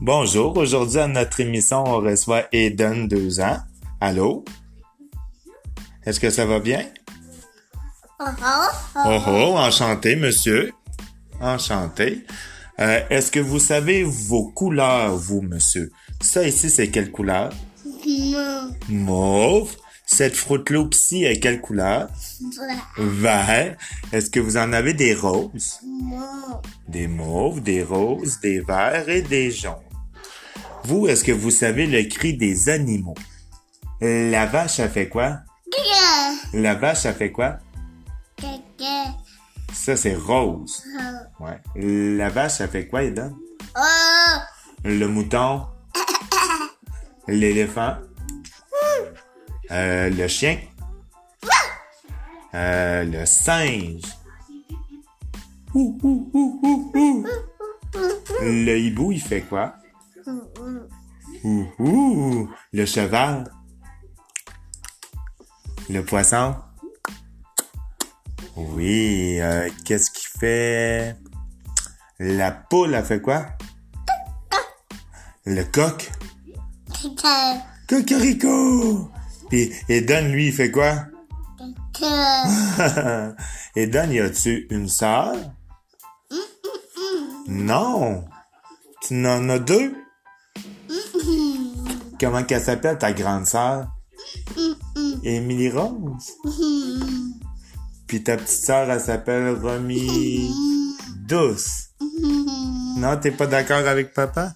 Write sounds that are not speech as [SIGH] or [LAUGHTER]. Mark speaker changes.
Speaker 1: Bonjour, aujourd'hui à notre émission, on reçoit Aiden, deux ans. Allô? Est-ce que ça va bien? Oh oh, enchanté, monsieur. Enchanté. Euh, Est-ce que vous savez vos couleurs, vous, monsieur? Ça ici, c'est quelle couleur? Mauve. Cette fruit loupe ci est quelle couleur? Vert. Est-ce que vous en avez des roses? Des mauves, des roses, des verts et des jaunes. Vous, est-ce que vous savez le cri des animaux? La vache, a fait quoi? La vache, a fait quoi? Ça, c'est rose. Ouais. La vache, a fait quoi, Eden? Le mouton? L'éléphant? Euh, le chien? Euh, le singe? Ouh, ouh, ouh, ouh, ouh. Le hibou, il fait quoi? Ouh, ouh, le cheval. Le poisson. Oui, euh, qu'est-ce qui fait? La poule, elle fait quoi? Le coq. Cocorico! Puis Eden, lui, il fait quoi? [LAUGHS] Eden, y a-tu une sœur? Non! Tu n'en as deux? Comment qu'elle s'appelle, ta grande sœur? Émilie Rose. Puis ta petite sœur, elle s'appelle Romy Douce. Non, t'es pas d'accord avec papa?